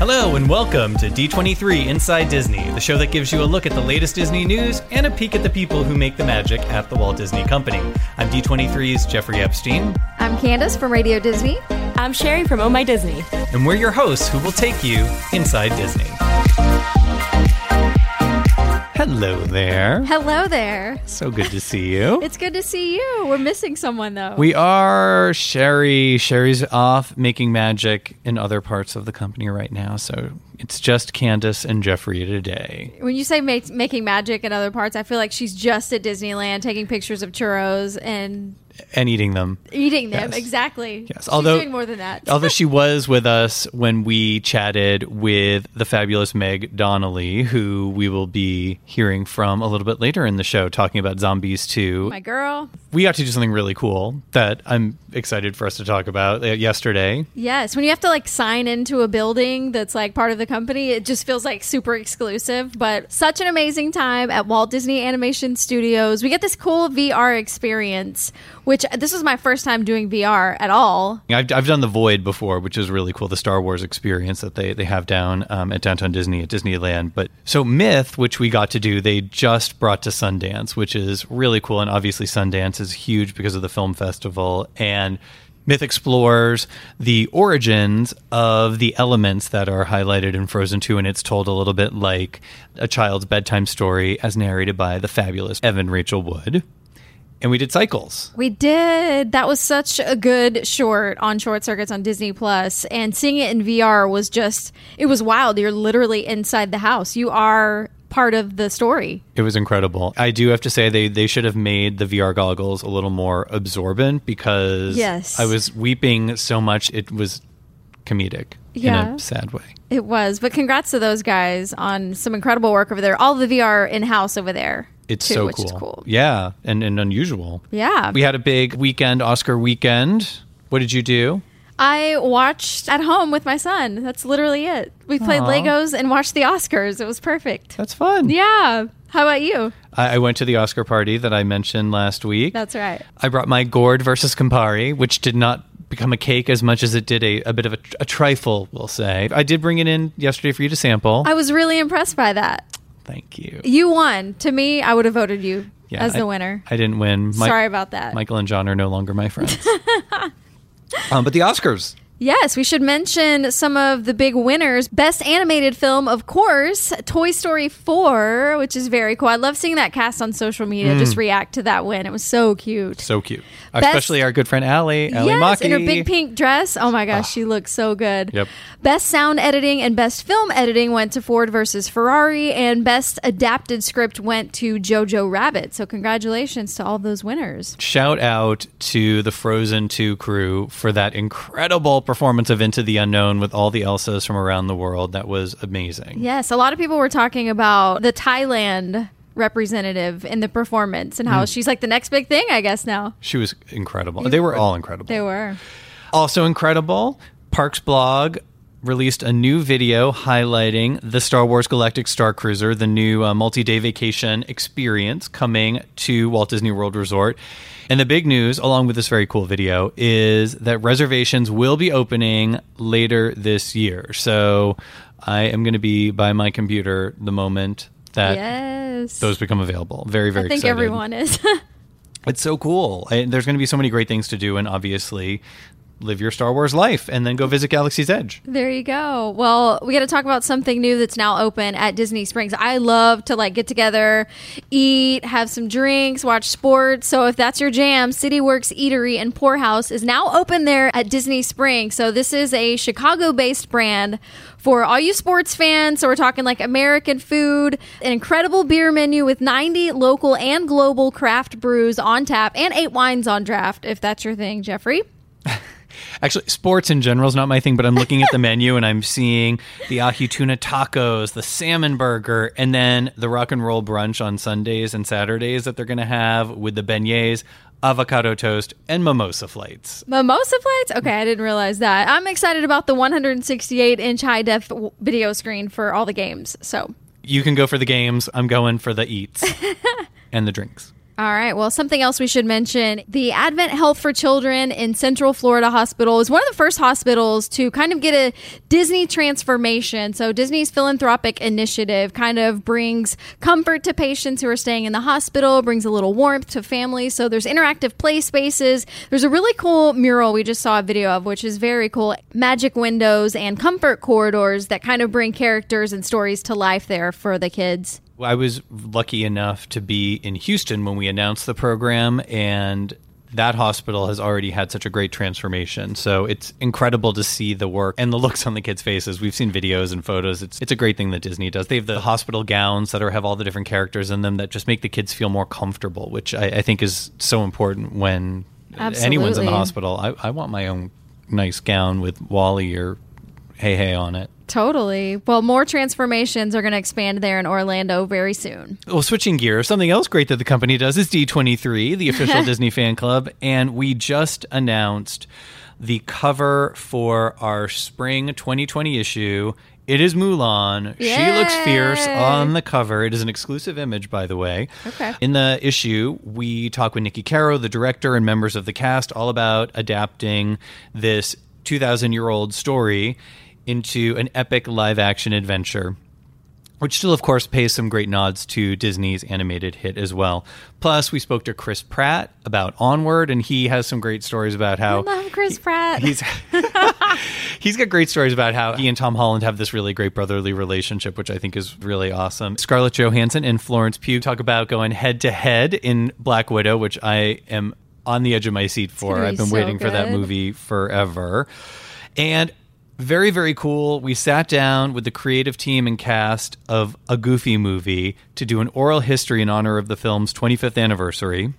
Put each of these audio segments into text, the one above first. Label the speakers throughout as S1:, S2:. S1: Hello and welcome to D23 Inside Disney, the show that gives you a look at the latest Disney news and a peek at the people who make the magic at the Walt Disney Company. I'm D23's Jeffrey Epstein,
S2: I'm Candace from Radio Disney.
S3: I'm Sherry from Oh My Disney.
S1: and we're your hosts who will take you inside Disney. Hello there.
S2: Hello there.
S1: So good to see you.
S2: It's good to see you. We're missing someone though.
S1: We are Sherry. Sherry's off making magic in other parts of the company right now, so it's just Candace and Jeffrey today.
S2: when you say ma- making magic and other parts, I feel like she's just at Disneyland taking pictures of churros and
S1: And eating them.
S2: eating them.
S1: Yes.
S2: Exactly.
S1: Yes, although-
S2: she's doing more than that.
S1: Although she was with us when we chatted with the fabulous Meg Donnelly, who we will be hearing from a little bit later in the show, talking about Zombies 2.
S2: My girl.
S1: We got to do something really cool that I'm excited for us to talk about uh, yesterday.
S2: Yes. When you have to like sign into a building that's like part of the company, it just feels like super exclusive. But such an amazing time at Walt Disney Animation Studios. We get this cool VR experience, which this was my first time doing VR at all.
S1: I've, I've done the Void before, which is really cool, the Star Wars experience that they, they have down um, at Downtown Disney at Disneyland. But so Myth, which we got to do, they just brought to Sundance, which is really cool. And obviously, Sundance is huge because of the film festival. And Myth explores the origins of the elements that are highlighted in Frozen 2, and it's told a little bit like a child's bedtime story as narrated by the fabulous Evan Rachel Wood. And we did Cycles.
S2: We did. That was such a good short on short circuits on Disney Plus, and seeing it in VR was just it was wild. You're literally inside the house. You are part of the story.
S1: It was incredible. I do have to say they they should have made the VR goggles a little more absorbent because
S2: Yes.
S1: I was weeping so much it was comedic in
S2: Yeah.
S1: a sad way.
S2: It was. But congrats to those guys on some incredible work over there. All the VR in house over there.
S1: It's
S2: too,
S1: so
S2: which
S1: cool.
S2: Is cool.
S1: Yeah, and, and unusual.
S2: Yeah.
S1: We had a big weekend, Oscar weekend. What did you do?
S2: I watched at home with my son. That's literally it. We played Legos and watched the Oscars. It was perfect.
S1: That's fun.
S2: Yeah. How about you?
S1: I, I went to the Oscar party that I mentioned last week.
S2: That's right.
S1: I brought my gourd versus Campari, which did not become a cake as much as it did a, a bit of a, tr- a trifle, we'll say. I did bring it in yesterday for you to sample.
S2: I was really impressed by that.
S1: Thank you.
S2: You won. To me, I would have voted you
S1: Yeah,
S2: as
S1: I-
S2: the winner.
S1: I didn't win. Mi-
S2: Sorry about that.
S1: Michael and John are no longer my friends. um, but the Oscars.
S2: Yes, we should mention some of the big winners. Best animated film, of course, Toy Story 4, which is very cool. I love seeing that cast on social media
S1: Hmm.
S2: just react to that win. It was so cute.
S1: So cute.
S2: Best-
S1: Especially our good friend Allie. Allie
S2: yes,
S1: Maki. Ah.
S2: in her big pink dress. Oh my gosh, she looks so good.
S1: Yep.
S2: Best sound editing and best film editing went to Ford versus Ferrari, and best adapted script went to Jojo Rabbit. So congratulations to all those winners.
S1: Shout out to the Frozen 2 crew for that incredible performance of Into the Unknown with all the Elsas from around the world. That was amazing.
S2: Yes, a lot of people were talking about the Thailand representative in the performance and
S1: Hmm.
S2: how she's like the next big thing, I guess now.
S1: She was incredible. They were all incredible.
S2: They were.
S1: Also incredible, Parks Blog released a new video highlighting the Star Wars Galactic Star Cruiser, the new uh, multi-day vacation experience coming to Walt Disney World Resort. And the big news, along with this very cool video, is that reservations will be opening later this year. So I am going to be by my computer the moment that
S2: Yes.
S1: those become available. Very, very
S2: I think
S1: excited.
S2: everyone is.
S1: It's so cool. I, there's going to be so many great things to do, and obviously, live your Star Wars life, and then go visit Galaxy's Edge.
S2: there you go. Well, we got to talk about something new that's now open at Disney Springs. I love to like get together, eat, have some drinks, watch sports. So if that's your jam, City Works Eatery and Poorhouse is now open there at Disney Springs. So this is a Chicago-based brand for all you sports fans. So we're talking like American food, an incredible beer menu with 90 local and global craft brews on tap and 8 wines on draft if that's your thing, Jeffrey.
S1: Actually, sports in general is not my thing, but I'm looking at the menu and I'm seeing the ahi tuna tacos, the salmon burger, and then the rock and roll brunch on Sundays and Saturdays that they're going to have with the beignets, avocado toast, and mimosa flights.
S2: Mimosa flights? Okay, I didn't realize that. I'm excited about the 168 inch high def w- video screen for all the games. So,
S1: You can go for the games. I'm going for the eats and the drinks.
S2: All right. Well, something else we should mention the Advent Health for Children in Central Florida Hospital is one of the first hospitals to kind of get a Disney transformation. So, Disney's philanthropic initiative kind of brings comfort to patients who are staying in the hospital, brings a little warmth to families. So, there's interactive play spaces. There's a really cool mural we just saw a video of, which is very cool magic windows and comfort corridors that kind of bring characters and stories to life there for the kids.
S1: I was lucky enough to be in Houston when we announced the program, and that hospital has already had such a great transformation. So it's incredible to see the work and the looks on the kids' faces. We've seen videos and photos. It's it's a great thing that Disney does. They have the hospital gowns that are have all the different characters in them that just make the kids feel more comfortable, which I, I think is so important when anyone's in
S2: Absolutely.
S1: the hospital. I, I want my own nice gown with Wally or Hey Hey on it.
S2: Totally. Well, more transformations are going to expand there in Orlando very soon.
S1: Well, switching gears, something else great that the company does is D23, the official Disney fan club. And we just announced the cover for our spring 2020 issue. It is Mulan. She looks fierce
S2: Yay!
S1: on the cover. It is an exclusive image, by the way.
S2: Okay.
S1: In the issue, we talk with Nikki Caro, the director, and members of the cast all about adapting this 2,000 year old story into an epic live action adventure which still, of course, pays some great nods to Disney's animated hit as well. Plus, we spoke to Chris Pratt about Onward, and he has some great stories about how
S2: Love Chris Pratt.
S1: he's he's got great stories about how he and Tom Holland have this really great brotherly relationship, which I think is really awesome. Scarlett Johansson and Florence Pugh talk about going head to head in Black Widow, which I am on the edge of my seat for.
S2: gonna
S1: I've
S2: be
S1: been
S2: so
S1: waiting for that
S2: good.
S1: movie forever, and. Very, very cool. We sat down with the creative team and cast of a Goofy movie to do an oral history in honor of the film's 25th anniversary.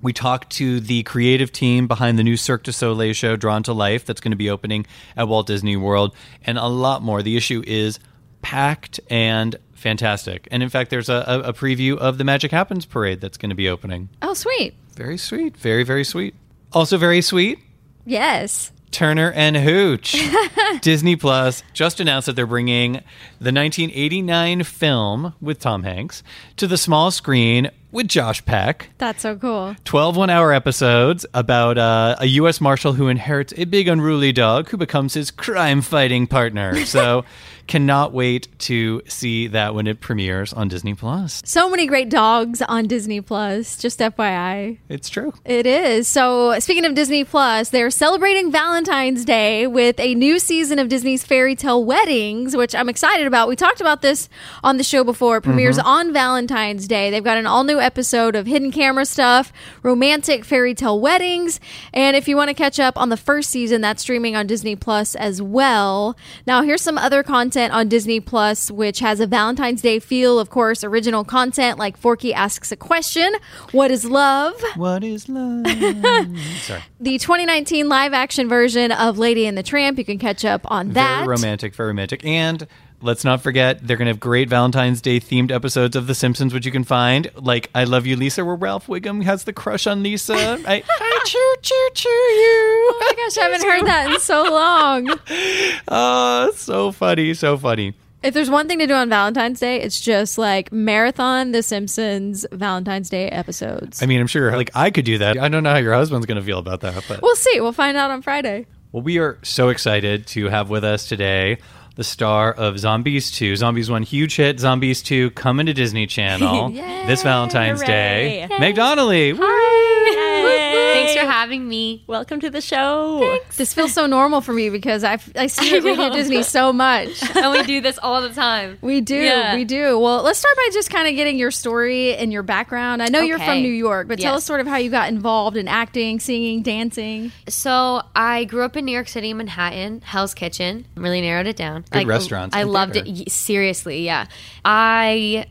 S1: We talked to the creative team behind the new Cirque du Soleil show, Drawn to Life, that's going to be opening at Walt Disney World, and a lot more. The issue is packed and fantastic. And in fact, there's a, a a preview of the Magic Happens parade that's going to be opening.
S2: oh, sweet.
S1: Very sweet. Very, very sweet. Also, very sweet.
S2: Yes.
S1: Turner and Hooch. Disney Plus just announced that they're bringing the 1989 film with Tom Hanks to the small screen with Josh Peck.
S2: That's so cool.
S1: 12 one hour episodes about uh, a U.S. Marshal who inherits a big unruly dog who becomes his crime fighting partner. So, cannot wait to see that when it premieres on Disney Plus.
S2: So many great dogs on Disney Plus, just FYI.
S1: It's true.
S2: It is. So, speaking of Disney Plus, they're celebrating Valentine's Day with a new season of Disney's fairy tale weddings, which I'm excited about. We talked about this on the show before. It premieres on Valentine's Day. They've got an all new episode of hidden camera stuff, romantic fairy tale weddings. And if you want to catch up on the first season, that's streaming on Disney Plus as well. Now, here's some other content on Disney Plus, which has a Valentine's Day feel, of course, original content like Forky asks a question What is love?
S1: What is love? Sorry.
S2: the 2019 live action version of Lady and the Tramp. You can catch up on that.
S1: Very romantic, very romantic. And let's not forget, they're going to have great Valentine's Day themed episodes of The Simpsons, which you can find, like I Love You, Lisa, where Ralph Wiggum has the crush on Lisa. I, I choo, choo, choo you.
S2: Oh my gosh, I haven't heard that in so long.
S1: Oh, so funny, so funny.
S2: If there's one thing to do on Valentine's Day, it's just like marathon The Simpsons Valentine's Day episodes.
S1: I mean, I'm sure like I could do that. I don't know how your husband's going to feel about that, but
S2: we'll see. We'll find out on Friday.
S1: well, we are so excited to have with us today the star of Zombies 2. Zombies 1 huge hit, Zombies 2 coming to Disney Channel
S2: Yay,
S1: this Valentine's Day.
S3: hooray.
S1: Meg Donnelly. woo!
S4: Thanks for having me.
S3: Welcome to the show.
S2: This feels so normal for me because I, I see that we do Disney so much.
S4: and we do this all the time.
S2: We do,
S4: Yeah.
S2: we do. Well, let's start by just kind of getting your story and your background. I know you're
S4: Okay.
S2: from New York, but tell
S4: Yes.
S2: us sort of how you got involved in acting, singing, dancing.
S4: So I grew up in New York City, Manhattan, Hell's Kitchen. Really narrowed it down. Good
S1: restaurants
S4: I
S1: and
S4: loved
S1: theater.
S4: it. Y- Seriously, yeah. I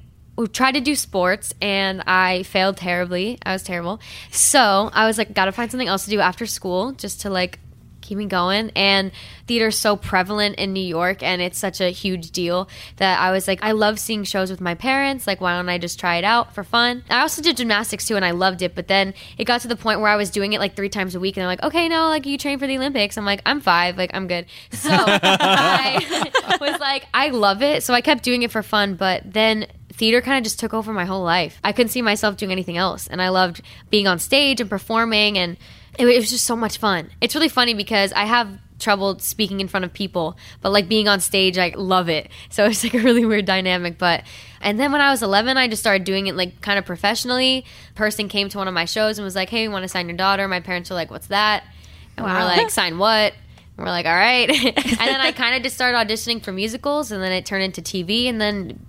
S4: tried to do sports and I failed terribly. I was terrible. So I was like, gotta find something else to do after school just to like keep me going. And theater's so prevalent in New York and it's such a huge deal that I was like, I love seeing shows with my parents. Like, why don't I just try it out for fun? I also did gymnastics too and I loved it. But then it got to the point where I was doing it like three times a week and they're like, okay, no, like you train for the Olympics. I'm like, I'm five. Like, I'm good. So I was like, I love it. So I kept doing it for fun. But then theater kind of just took over my whole life. I couldn't see myself doing anything else. And I loved being on stage and performing, and it, wa- it was just so much fun. It's really funny because I have trouble speaking in front of people, but like being on stage, I love it. So it's like a really weird dynamic. But, and then when I was 11, I just started doing it like kind of professionally. Person came to one of my shows and was like, hey, we want to sign your daughter. My parents were like, what's that? And we
S2: Wow.
S4: we're like, sign what? And we're like, all right. and then I kind of just started auditioning for musicals, and then it turned into TV, and then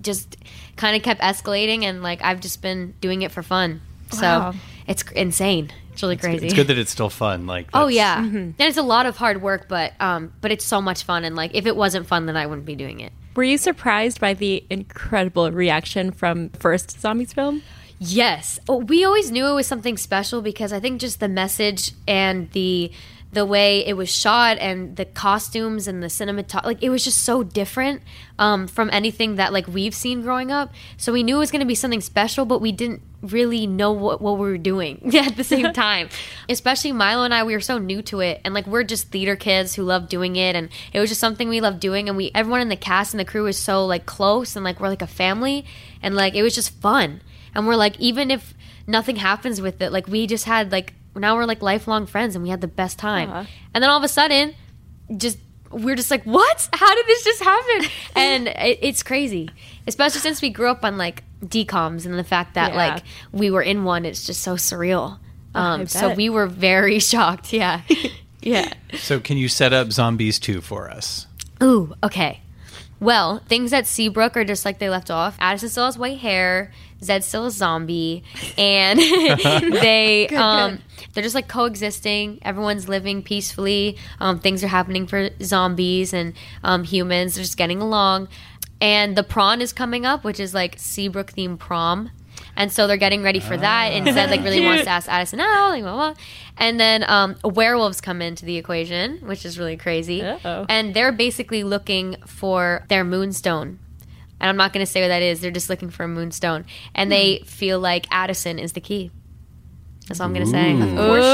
S4: just kind of kept escalating. And like, I've just been doing it for fun.
S2: Wow.
S4: So it's cr- insane. It's really crazy.
S1: It's good that it's still fun. Like
S4: Oh
S1: that's-
S4: yeah, and it's a lot of hard work, but um, but it's so much fun. And like, if it wasn't fun, then I wouldn't be doing it.
S5: Were you surprised by the incredible reaction from first zombies film?
S4: Yes. Oh, we always knew it was something special because I think just the message and the the way it was shot and the costumes and the cinematography like it was just so different um, from anything that like we've seen growing up so we knew it was going to be something special but we didn't really know what, what we were doing at the same time especially milo and i we were so new to it and like we're just theater kids who love doing it and it was just something we love doing and we everyone in the cast and the crew is so like close and like we're like a family and like it was just fun and we're like even if nothing happens with it like we just had like now we're like lifelong friends and we had the best time and then all of a sudden just we're just like what how did this just happen and it, it's crazy especially since we grew up on like decoms and the fact that
S5: Yeah. Oh,
S4: like we were in one it's just so surreal um so
S5: bet.
S4: we were very shocked yeah yeah
S1: So can you set up Zombies 2 for us?
S4: Ooh, okay. Well, things at Seabrook are just like they left off. Addison still has white hair. Zed's still a zombie, and they um, they're just like coexisting. Everyone's living peacefully. Um, things are happening for zombies and um, humans. They're just getting along. And the prawn is coming up, which is like Seabrook themed prom. And so they're getting ready for that. And Zed like really wants to ask Addison out, like blah blah. And then um, werewolves come into the equation, which is really crazy.
S5: Uh-oh.
S4: And they're basically looking for their moonstone. And I'm not going to say what that is. They're just looking for a moonstone, and they feel like Addison is the key. That's all I'm going to say.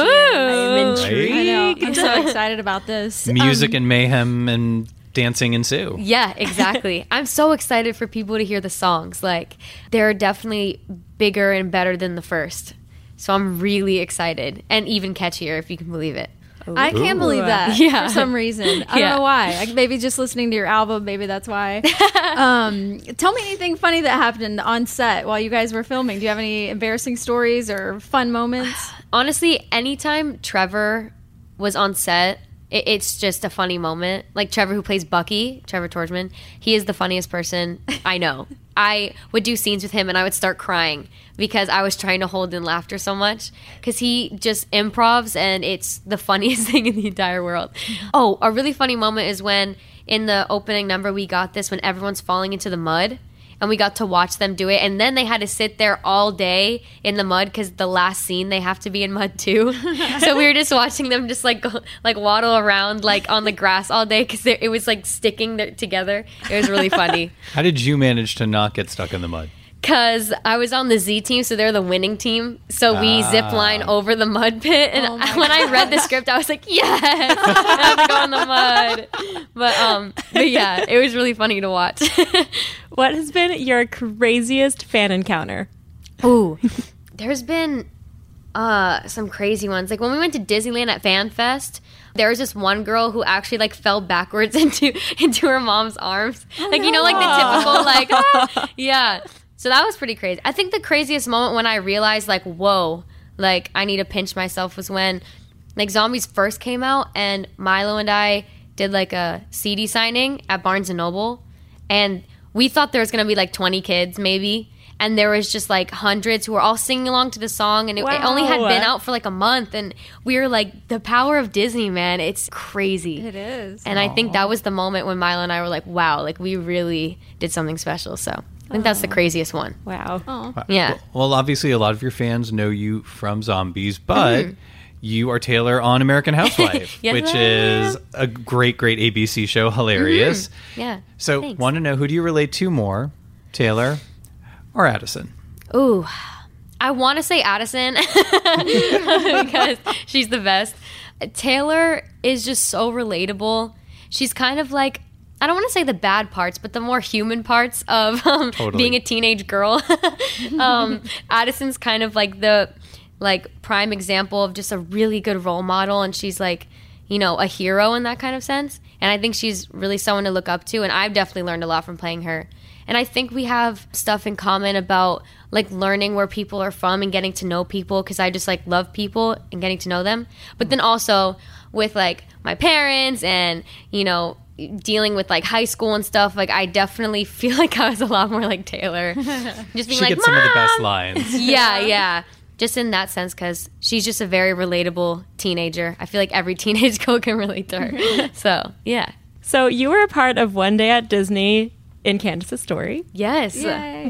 S5: I'm
S1: intrigued.
S2: I know. I'm so excited about this.
S4: Um,
S1: Music and mayhem and dancing ensue.
S4: Yeah, exactly. I'm so excited for people to hear the songs. Like, they're definitely bigger and better than the first. So I'm really excited and even catchier, if you can believe it.
S2: I can't believe that
S4: Yeah.
S2: for some reason. I
S4: Yeah.
S2: don't know why. Like maybe just listening to your album, maybe that's why. um, tell me anything funny that happened on set while you guys were filming. Do you have any embarrassing stories or fun moments?
S4: honestly, anytime Trevor was on set, it, it's just a funny moment. Like Trevor, who plays Bucky, Trevor Torchman, he is the funniest person I know. I would do scenes with him and I would start crying because I was trying to hold in laughter so much because he just improvs and it's the funniest thing in the entire world. Oh, a really funny moment is when in the opening number we got this when everyone's falling into the mud and we got to watch them do it and then they had to sit there all day in the mud because the last scene they have to be in mud too so we were just watching them just like go, like waddle around like on the grass all day because it was like sticking there together it was really funny
S1: How did you manage to not get stuck in the mud?
S4: because i was on the z team so they're the winning team so we
S1: Ah.
S4: zip line over the mud pit and
S2: Oh my
S4: when i read the script i was like yes i have to go in the mud but um but yeah it was really funny to watch
S5: What has been your craziest fan encounter?
S4: Ooh, there's been uh, some crazy ones. Like when we went to Disneyland at Fan Fest, there was this one girl who actually like fell backwards into into her mom's arms. like you know, like the typical like ah, yeah. So that was pretty crazy. I think the craziest moment when I realized like whoa, like I need to pinch myself was when like zombies first came out and Milo and I did like a CD signing at Barnes and Noble and we thought there was gonna be like 20 kids maybe and there was just like hundreds who were all singing along to the song and it, it only had
S5: Wow.
S4: been out for like a month and we were like the power of disney man it's crazy
S2: It is.
S4: and i think that was the moment when milo and i were like wow like we really did something special so i think that's the craziest one
S5: Wow.
S4: yeah
S1: Well, obviously, a lot of your fans know you from Zombies, but you are Taylor on American Housewife,
S4: Mm-hmm. Yes,
S1: which
S4: I
S1: is
S4: am.
S1: a great, great ABC show. Hilarious.
S4: yeah
S1: So,
S4: Thanks.
S1: want to know who do you relate to more, Taylor or Addison?
S4: Ooh, I want to say Addison because she's the best. Taylor is just so relatable. She's kind of like I don't want to say the bad parts, but the more human parts of um,
S1: Totally.
S4: being a teenage girl. um, Addison's kind of like the like prime example of just a really good role model, and she's like you know a hero in that kind of sense. And I think she's really someone to look up to, and I've definitely learned a lot from playing her. And I think we have stuff in common about like learning where people are from and getting to know people because I just like love people and getting to know them. But then also with like my parents and, you know, dealing with like high school and stuff, like I definitely feel like I was a lot more like Taylor. Just being
S1: She
S4: like,
S1: gets some of the best
S4: "Mom!"
S1: lines.
S4: yeah, yeah. Just in that sense, because she's just a very relatable teenager. I feel like every teenage girl can relate to her. so, yeah.
S5: So you were a part of One Day at Disney in Candace's story.
S4: Yes.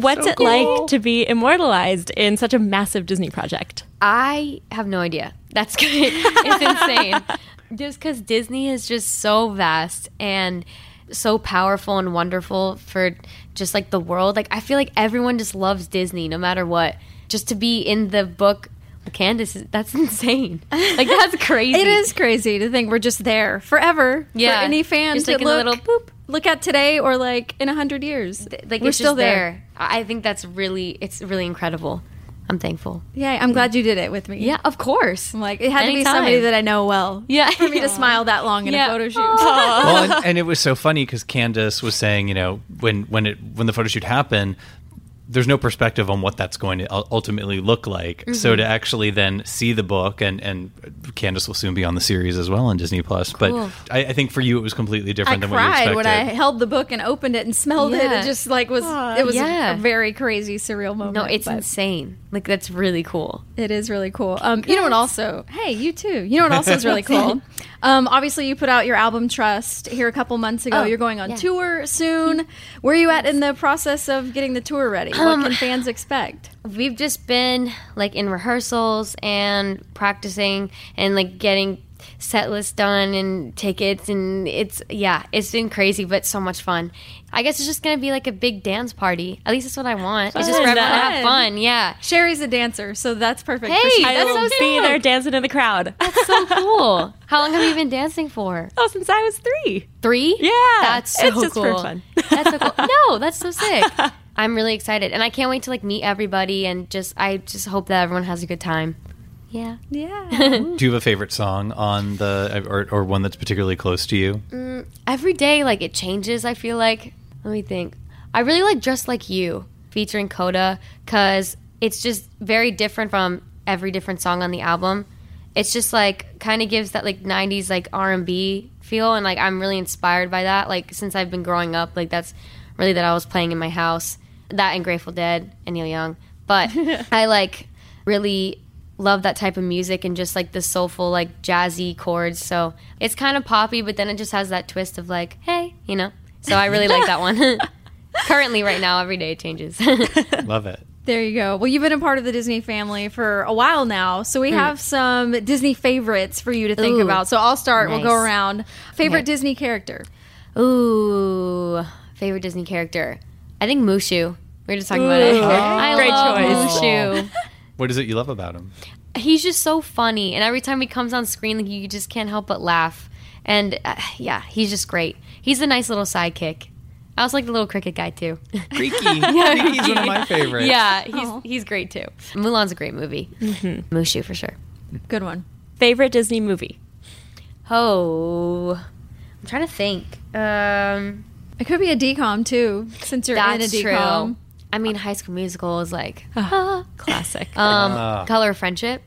S5: What's it like to be immortalized in such a massive Disney project?
S4: I have no idea. That's good. it's insane. Just because Disney is just so vast and so powerful and wonderful for just like the world. Like I feel like everyone just loves Disney, no matter what. Just to be in the book, Candace, is- that's insane. Like that's crazy.
S2: It is crazy to think we're just there forever.
S4: Yeah.
S2: For any fan
S4: Just
S2: to
S4: like in a
S2: look,
S4: little boop.
S2: look at today or like in a hundred years.
S4: Like
S2: we're
S4: it's
S2: still
S4: just there.
S2: there.
S4: I I think that's really, it's really incredible. I'm thankful.
S2: Yeah, I'm glad you did it with me.
S4: Yeah, of course.
S2: I'm like it had to be
S4: Anytime.
S2: somebody that I know well.
S4: Yeah.
S2: For me to smile that long in
S4: Yeah.
S2: a photo shoot.
S1: well, and, and it was so funny because Candace was saying, you know, when when it when the photo shoot happened, there's no perspective on what that's going to ul- ultimately look like. So
S2: Mm-hmm.
S1: to actually then see the book, and and Candace will soon be on the series as well on Disney Plus.
S4: Cool.
S1: But I, I think for you, it was completely
S2: I
S1: different than what you
S2: cried
S1: expected.
S2: when I held the book and opened it and smelled it.
S4: Yeah.
S2: It just like was it was a-
S4: Yeah.
S2: a very crazy surreal moment.
S4: No, it's
S2: but
S4: insane. Like that's really cool.
S2: it is really cool. Um, you know what? Also, hey, you too. You know what? Also is really cool. Um, obviously, you put out your album Trust here a couple months ago.
S4: Oh,
S2: You're going on
S4: yeah.
S2: tour soon. Where are you at in the process of getting the tour ready?
S4: Um,
S2: what can fans expect?
S4: we've just been like in rehearsals and practicing and like getting set lists done and tickets and it's yeah it's been crazy but so much fun i guess it's just gonna be like a big dance party at least that's what i want it's just for everyone
S5: Fun.
S4: to have
S2: Fun.
S4: fun yeah
S2: Sherry's a dancer, so that's perfect. for
S4: Hey,
S2: she-
S5: I
S4: That's
S5: will
S4: so
S5: be
S4: sick.
S5: there dancing in the crowd.
S4: so cool how long have you been dancing for
S5: oh, since I was three.
S4: three
S5: Yeah,
S4: that's so
S5: it's just
S4: cool
S5: for fun.
S4: that's so cool no that's so sick i'm really excited and i can't wait to like meet everybody and just i just hope that everyone has a good time yeah
S2: yeah.
S1: Do you have a favorite song on the or, or one that's particularly close to you?
S2: Mm.
S4: every day like it changes i feel like let me think i really like dressed like you featuring coda because it's just very different from every different song on the album it's just like kind of gives that like 90s like r&b feel and like i'm really inspired by that like since i've been growing up like that's really that i was playing in my house that and grateful dead and neil young but i like really love that type of music and just like the soulful like jazzy chords so it's kind of poppy but then it just has that twist of like hey you know so i really like that one currently right now every day it changes
S1: Love it.
S2: There you go. Well, you've been a part of the Disney family for a while now, so we have some Disney favorites for you to think
S4: Hmm. Ooh.
S2: about. So I'll start. We'll go
S4: Nice.
S2: around. Favorite
S4: Okay.
S2: Disney character?
S4: ooh favorite disney character i think mushu we were just talking about it
S5: Ooh.
S4: i
S5: Great
S4: love
S1: choice.
S4: mushu
S1: What is it you love about him?
S4: he's just so funny and every time he comes on screen like you just can't help but laugh and uh, yeah he's just great he's a nice little sidekick i also like the little cricket guy too
S1: Creaky. Creaky's one of my favorites.
S4: Yeah, he's
S2: Aw.
S4: he's great too. Mulan's a great movie. Mushu for sure.
S2: Good one.
S5: Favorite Disney movie?
S4: Oh, I'm trying to think. Um,
S2: It could be a decom too, since you're in a
S4: that's true.
S2: decom.
S4: I mean, High School Musical is like
S5: Ah, classic.
S4: um,
S1: Ah.
S4: Color of Friendship.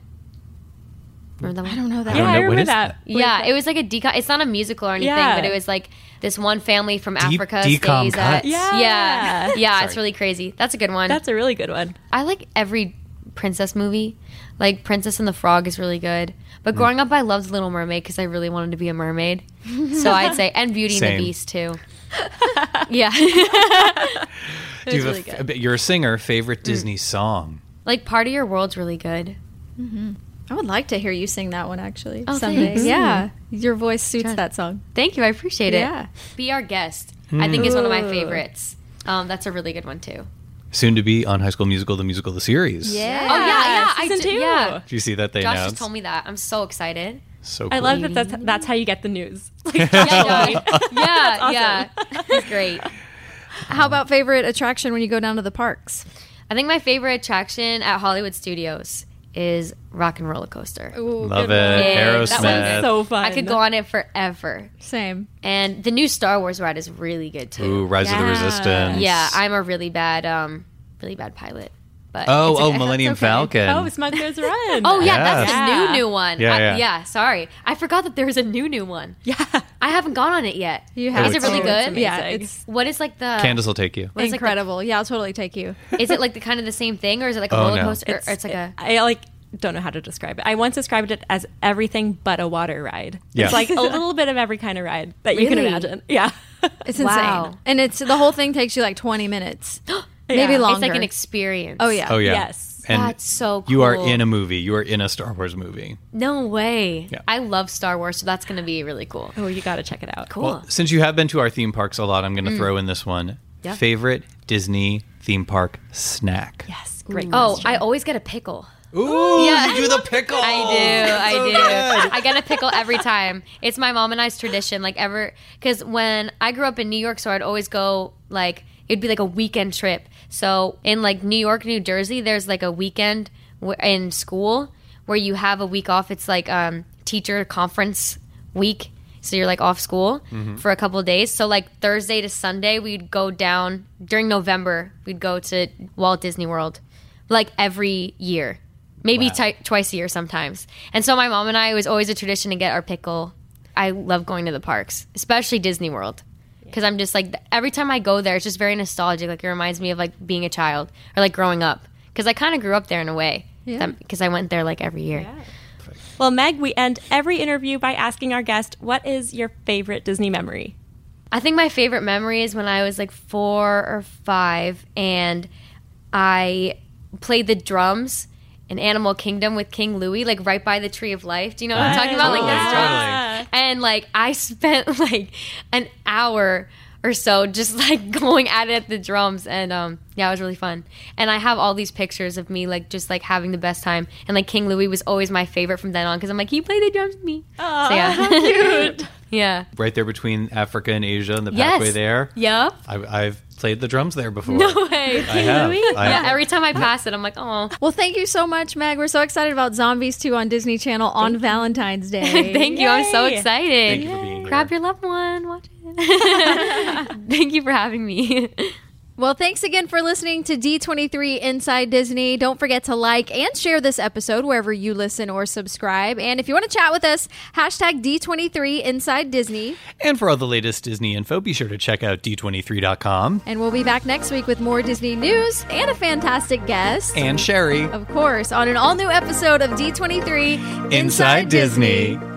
S4: Remember that one?
S2: I don't know that.
S1: I don't
S5: yeah,
S2: one.
S5: I
S1: know, what
S5: remember
S1: is
S5: that.
S4: Yeah, it was like a decom. It's not a musical or anything,
S5: Yeah.
S4: but it was like this one family from
S1: Deep
S4: Africa
S1: decom
S4: stays at.
S1: cuts.
S5: Yeah.
S4: yeah, yeah. It's
S1: Sorry.
S4: really crazy. That's a good one.
S5: That's a really good one.
S4: I like every princess movie. Like Princess and the Frog is really good. But growing up, I loved Little Mermaid because I really wanted to be a mermaid. So I'd say, and Beauty
S1: Same.
S4: and the Beast too. yeah,
S1: Do you have a f- You're a singer.
S2: Mm.
S1: Favorite Disney song?
S4: like Part of Your World's really good.
S2: I would like to hear you sing that one actually
S4: Oh,
S2: someday.
S4: thanks.
S2: Yeah, your voice suits
S4: Try-
S2: that song.
S4: Thank you, I appreciate it.
S2: Yeah.
S4: Be our guest. I think is one of my
S5: Ooh.
S4: favorites. Um, that's a really good one too.
S1: Soon to be on High School Musical, the musical, the series.
S4: Oh yeah, yeah, I
S5: season
S4: did-
S5: two.
S4: yeah.
S1: Do you see that they
S4: Josh
S1: announced?
S4: just told me that. I'm so excited.
S1: So cool.
S5: I love that that's, that's how you get the news.
S4: Yeah, yeah, yeah. yeah. It's great.
S1: Uh,
S2: How about favorite attraction when you go down to the parks?
S4: I think my favorite attraction at Hollywood Studios is Rock and Roller Coaster.
S1: Love it.
S4: Yeah, that
S1: Aerosmith.
S4: one's
S5: so fun.
S4: I could go on it forever.
S2: Same.
S4: And the new Star Wars ride is really good too.
S1: Ooh, Rise of the
S2: Yeah.
S1: Resistance.
S4: Yeah, I'm a really bad, um, really bad pilot. But
S1: Oh,
S4: it's
S1: oh,
S4: okay.
S1: Millennium
S4: It's okay.
S1: Falcon.
S5: Oh, Smuggler's Run.
S4: Oh yeah, that's
S1: Yes.
S4: the
S5: Yeah.
S4: new new one.
S1: Yeah,
S4: I-
S1: yeah.
S4: Sorry, I forgot that there was a new new one.
S5: yeah.
S4: I haven't gone on it yet.
S2: You have
S4: Is it
S2: to.
S4: really
S5: Oh, it's
S4: good?
S5: amazing.
S2: Yeah, it's
S4: What is like the?
S1: Candace will take you.
S4: What is, like, the-
S2: incredible. yeah, I'll totally take you.
S4: is it like the kind of the same thing, or is it like a
S1: Oh,
S4: roller
S1: no.
S4: coaster? or it's like a.
S5: I like don't know how to describe it. I once described it as everything but a water ride.
S1: Yeah.
S5: It's like a little bit of every kind of ride that you can
S4: Really?
S5: imagine. Yeah.
S2: It's
S4: Wow.
S2: insane. And it's the whole thing takes you like 20 minutes. Maybe
S5: Yeah.
S2: longer.
S4: It's like an experience.
S2: Oh yeah.
S1: Oh yeah.
S5: Yes.
S1: And
S4: That's so
S1: You are
S4: cool.
S1: in a movie. You are in a Star Wars movie.
S4: No way.
S1: Yeah.
S4: I love Star Wars, so that's going to be really cool.
S5: Oh, you got to check it out.
S4: Cool. Mm.
S1: Well, since you have been to our theme parks a lot, I'm going to throw in this one.
S4: Yeah.
S1: Favorite Disney theme park snack.
S5: Yes. Great.
S4: oh, I always get a pickle.
S1: Ooh,
S4: Yeah.
S1: you do the pickle.
S4: I do. I do. I get a pickle every time. It's my mom and I's tradition. Like ever, because when I grew up in New York, so I'd always go like it'd be like a weekend trip. So in like New York, New Jersey, there's like a weekend wh- in school where you have a week off. It's like um, teacher conference week. So you're like off school for a couple of days. So like Thursday to Sunday, we'd go down during November. We'd go to Walt Disney World, like every year maybe ti twice a year sometimes. And so my mom and I it was always a tradition to get our pickle. I love going to the parks, especially Disney World, because I'm just like th- every time I go there, it's just very nostalgic. Like it reminds me of like being a child or like growing up, because I kind of grew up there in a way.
S2: Yeah.
S4: Because I went there like every year.
S5: Well, Meg, we end every interview by asking our guest, what is your favorite Disney memory?
S4: I think my favorite memory is when I was like four or five and I played the drums in Animal Kingdom with King Louie, like right by the Tree of Life. Do you know what I'm talking about? Like
S5: Oh,
S1: Totally,
S4: those drums. and like I spent like an hour or so just like going at it at the drums and um yeah it was really fun and I have all these pictures of me like just like having the best time and like King Louis was always my favorite from then on because I'm like he played the drums with me
S5: Aw,
S4: so yeah
S5: how cute.
S4: yeah
S1: Right there between Africa and Asia and the
S4: Yes.
S1: pathway there.
S4: yep
S1: I, I've played the drums there before.
S4: no way
S1: I have. I
S4: yeah
S1: have.
S4: every time I pass it I'm like oh
S2: Well, thank you so much, Meg. We're so excited about Zombies 2 on Disney Channel on Valentine's Day.
S4: thank you I'm so
S5: Yay.
S1: Thank
S4: excited
S1: you for being here.
S4: grab your loved one watch it thank you for having me
S2: Well, thanks again for listening to D23 Inside Disney. Don't forget to like and share this episode wherever you listen or subscribe. And if you want to chat with us, hashtag D23 Inside Disney.
S1: And for all the latest Disney info, be sure to check out d23.com.
S2: And we'll be back next week with more Disney news and a fantastic guest.
S1: And Sherry,
S2: of course, on an all new episode of D23
S1: Inside Disney.